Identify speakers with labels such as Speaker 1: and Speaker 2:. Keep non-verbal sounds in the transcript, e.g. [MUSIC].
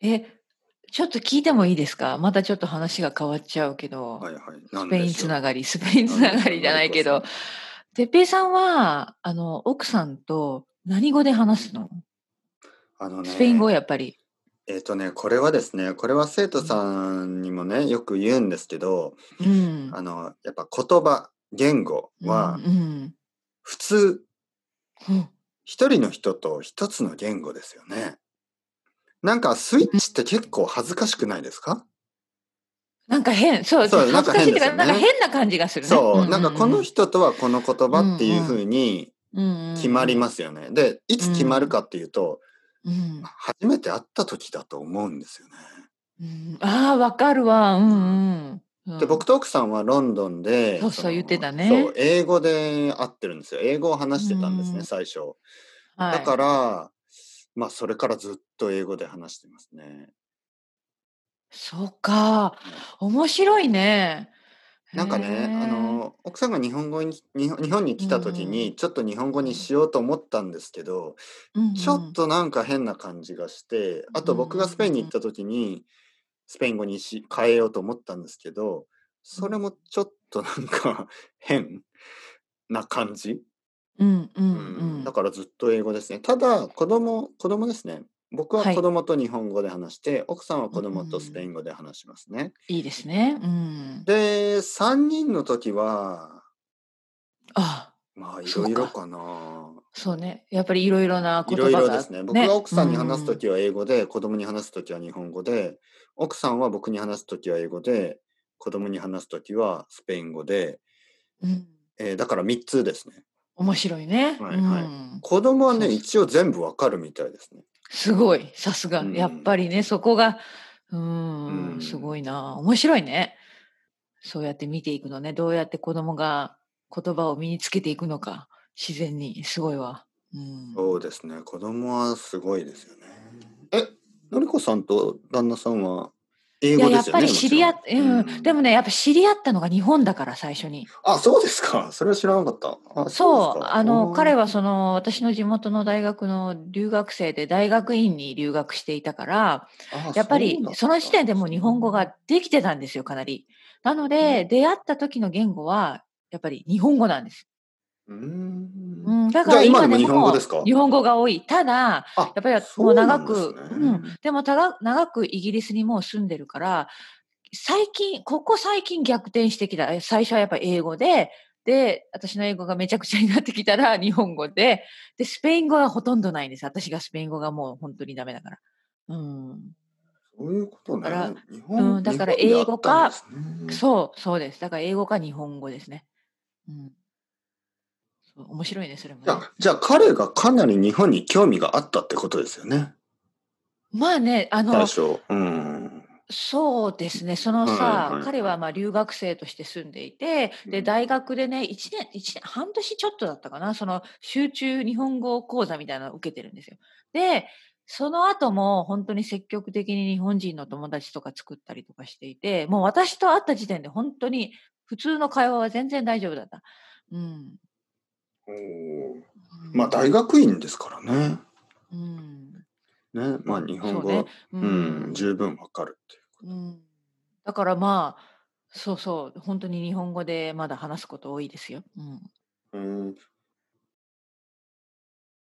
Speaker 1: え、ちょっと聞いてもいいですか？またちょっと話が変わっちゃうけど、
Speaker 2: はいはい、な
Speaker 1: ス
Speaker 2: ん
Speaker 1: ペ
Speaker 2: で
Speaker 1: イン
Speaker 2: し
Speaker 1: つ
Speaker 2: ょう。
Speaker 1: ながり [LAUGHS] スペインつ
Speaker 2: な
Speaker 1: な
Speaker 2: んで
Speaker 1: が
Speaker 2: しょ
Speaker 1: り
Speaker 2: う、
Speaker 1: じゃ
Speaker 2: の
Speaker 1: な
Speaker 2: り
Speaker 1: い
Speaker 2: こ
Speaker 1: け
Speaker 2: さ
Speaker 1: ど、
Speaker 2: ん。
Speaker 1: 哲平さんは、あの、奥さんと何語で話すの？
Speaker 2: あの
Speaker 1: スペイン語、
Speaker 2: ね、
Speaker 1: やっぱり。
Speaker 2: えっとね、これはですね、これは生徒
Speaker 1: うん。
Speaker 2: さんにもね、よく言うんですけど、
Speaker 1: うん。
Speaker 2: あの、やっぱ言葉、言語
Speaker 1: うん
Speaker 2: は
Speaker 1: うん。
Speaker 2: 普通
Speaker 1: うん。
Speaker 2: 1人の人と1つの言語ですよね。なんかスイッ
Speaker 1: うん。
Speaker 2: チって結構恥ずかしくないですか？
Speaker 1: なんか変、そう、ちょ
Speaker 2: そ
Speaker 1: っ
Speaker 2: う、
Speaker 1: と
Speaker 2: なん
Speaker 1: 恥ずかし
Speaker 2: か変
Speaker 1: いって
Speaker 2: です
Speaker 1: か、
Speaker 2: よ
Speaker 1: なんか
Speaker 2: ね。
Speaker 1: 変な感じがするね。う
Speaker 2: そう、
Speaker 1: んう
Speaker 2: なんかこの
Speaker 1: ん
Speaker 2: 人とはこの言
Speaker 1: う。
Speaker 2: 葉っていうん
Speaker 1: う
Speaker 2: 風
Speaker 1: ん
Speaker 2: に
Speaker 1: うん。うん
Speaker 2: 決ま
Speaker 1: う
Speaker 2: り
Speaker 1: ん
Speaker 2: ますよね。で、いうつ決まる
Speaker 1: ん。
Speaker 2: かっていうと、
Speaker 1: うん。
Speaker 2: 初めて会った時だと思うんですよね。
Speaker 1: うん、ああ、わかるわ。う
Speaker 2: うん。
Speaker 1: んうん。
Speaker 2: で、
Speaker 1: うん。
Speaker 2: 僕と奥さんはロンドンで、
Speaker 1: そう
Speaker 2: そ
Speaker 1: そう、言って
Speaker 2: の、
Speaker 1: た
Speaker 2: そう、
Speaker 1: ね。
Speaker 2: 英語で会ってるんですよ。英語を話
Speaker 1: う
Speaker 2: してたんですね、
Speaker 1: ん。
Speaker 2: 最初。だ
Speaker 1: は
Speaker 2: か
Speaker 1: い。
Speaker 2: ら、ま、それからずっと英語で話してますね。
Speaker 1: そうか、
Speaker 2: はい。
Speaker 1: 面白いね。へ
Speaker 2: なんかね、あ
Speaker 1: え。
Speaker 2: の、奥さんが日本語にに日本に
Speaker 1: う
Speaker 2: 来た時
Speaker 1: ん。
Speaker 2: に、ちょっと日本語
Speaker 1: う
Speaker 2: に
Speaker 1: ん。
Speaker 2: しようと思ったんですけど、
Speaker 1: うんう
Speaker 2: ちょっ
Speaker 1: ん。
Speaker 2: となんか変な感じがして、あ
Speaker 1: う
Speaker 2: と僕がスペインに行っ
Speaker 1: ん。
Speaker 2: た時に、スペイン語にし変えようと思ったんですけど、
Speaker 1: う
Speaker 2: それ
Speaker 1: ん。
Speaker 2: もちょっとなんか [LAUGHS] 変な感じ。
Speaker 1: うんうんう
Speaker 2: うん、だ
Speaker 1: ん。
Speaker 2: からずっと英語ですね。ただ、子供子供ですね。僕は
Speaker 1: は
Speaker 2: 子
Speaker 1: い。
Speaker 2: 供と日本語で話して、奥さんは
Speaker 1: う
Speaker 2: 子供とスペイ
Speaker 1: ん。
Speaker 2: ン語で話しますね。
Speaker 1: いいですね。うん。
Speaker 2: で、3人の時は
Speaker 1: ああ、
Speaker 2: まあ、色
Speaker 1: そう
Speaker 2: 々
Speaker 1: か。
Speaker 2: かな。
Speaker 1: そうね、やっぱり色々な
Speaker 2: 色
Speaker 1: 言葉
Speaker 2: 々で
Speaker 1: が
Speaker 2: すね。僕が
Speaker 1: ね、
Speaker 2: 奥
Speaker 1: う
Speaker 2: さんに話す
Speaker 1: ん。
Speaker 2: 時は英語で、子供に話す時は日本語で、奥さんは僕に話す時は英語で、子供に話す時はスペイン語で。
Speaker 1: うん。
Speaker 2: ええ、だから3つですね。
Speaker 1: 面白いね。
Speaker 2: は
Speaker 1: う
Speaker 2: いはい。
Speaker 1: ん。
Speaker 2: 子供は
Speaker 1: そ
Speaker 2: ね、
Speaker 1: う。
Speaker 2: 一応全部わかるみたいですね。
Speaker 1: すごい、さす
Speaker 2: う
Speaker 1: が。やっ
Speaker 2: ん。
Speaker 1: ぱりね、そこが、う
Speaker 2: う
Speaker 1: ーん、すご
Speaker 2: ん。
Speaker 1: いな。面白いね。そうやって見ていくのね。どうやって子供が言葉を身につけていくのか、自然に、すごいわ。うん。
Speaker 2: そうですね、子供はすごいですよね。え、のりこさんと旦那さんは英
Speaker 1: いや、
Speaker 2: 語で
Speaker 1: やっ
Speaker 2: すよ
Speaker 1: ぱ
Speaker 2: ね、
Speaker 1: り
Speaker 2: も
Speaker 1: 知
Speaker 2: ちろ
Speaker 1: り合
Speaker 2: ん。
Speaker 1: っ
Speaker 2: う
Speaker 1: うん、で
Speaker 2: ん。
Speaker 1: もね、やっぱ知り合ったのが日本だから、最初に。
Speaker 2: あ、そうですか。それは知らなかった。あ、そうです
Speaker 1: そう、
Speaker 2: か。
Speaker 1: あの、
Speaker 2: お
Speaker 1: 彼
Speaker 2: お。
Speaker 1: はその、私の地元の大学の留学生で、大学院に留学していたから、
Speaker 2: ああ、
Speaker 1: やっぱ
Speaker 2: そう
Speaker 1: り
Speaker 2: だっ
Speaker 1: その
Speaker 2: た
Speaker 1: 時
Speaker 2: ん
Speaker 1: 点で
Speaker 2: で
Speaker 1: も
Speaker 2: す
Speaker 1: う日本語
Speaker 2: ね。
Speaker 1: ができてたんですよ、かなり。なの
Speaker 2: う
Speaker 1: で、
Speaker 2: ん。
Speaker 1: 出会った時の言語は、やっぱり日本語なんです。
Speaker 2: うー。
Speaker 1: うんん、だか
Speaker 2: じゃ
Speaker 1: ら
Speaker 2: あ、今
Speaker 1: 今
Speaker 2: でも
Speaker 1: で
Speaker 2: 日本語で
Speaker 1: も
Speaker 2: すか？
Speaker 1: 日本語が多い。ただ、や
Speaker 2: あ、
Speaker 1: っぱりもう
Speaker 2: そうな
Speaker 1: 長
Speaker 2: んです
Speaker 1: くうん、
Speaker 2: ね。
Speaker 1: でもたが長くイギリスにもう住んでるから、最近、ここ最近逆転してきた。え、最初はやっぱ英語で、で、私の英語がめちゃくちゃになってきたら日本語で、で、スペイン語はほとんどないんです。私がスペイン語がもうほんとにダメだから。うん。
Speaker 2: そういうこと
Speaker 1: だか
Speaker 2: ね。
Speaker 1: ら
Speaker 2: 日
Speaker 1: う
Speaker 2: 本
Speaker 1: ん、だ
Speaker 2: 日
Speaker 1: から
Speaker 2: 本であ
Speaker 1: 英
Speaker 2: っ
Speaker 1: 語
Speaker 2: たんで
Speaker 1: か
Speaker 2: すね。
Speaker 1: そう、そうです。だから英語か日本語ですね。うん。そう、面白いね、それも
Speaker 2: じゃ
Speaker 1: ね。
Speaker 2: あじゃあ、彼がかなり日本に興味があったってことですよね。
Speaker 1: まあね、あ
Speaker 2: 最
Speaker 1: の
Speaker 2: 初、うん。
Speaker 1: そうですね、その
Speaker 2: はい
Speaker 1: さ、
Speaker 2: はい
Speaker 1: 彼
Speaker 2: は。
Speaker 1: はいま、留学生として住んでいて、
Speaker 2: う
Speaker 1: で、
Speaker 2: ん。
Speaker 1: 大学でね、1年1年半年ちょっとだったかな、その集中日本語講座みたいなの受けてるんですよ。で、その後もほんとに積極的に日本人の友達とか作ったりとかしていて、もう私と会った時点でほんとに普通の会話は全然大丈夫だった。うん。
Speaker 2: おお。
Speaker 1: う
Speaker 2: ま、
Speaker 1: ん。
Speaker 2: 大学院ですからね。
Speaker 1: うん。
Speaker 2: ね、ま、日本
Speaker 1: そう
Speaker 2: 語
Speaker 1: ね、
Speaker 2: は
Speaker 1: う
Speaker 2: うん、
Speaker 1: ん。
Speaker 2: 十分わかるっていうこ
Speaker 1: う
Speaker 2: と。
Speaker 1: ん。だからまあ、そうそう、ほんとに日本語でまだ話すこと多いですよ。うん。
Speaker 2: うん。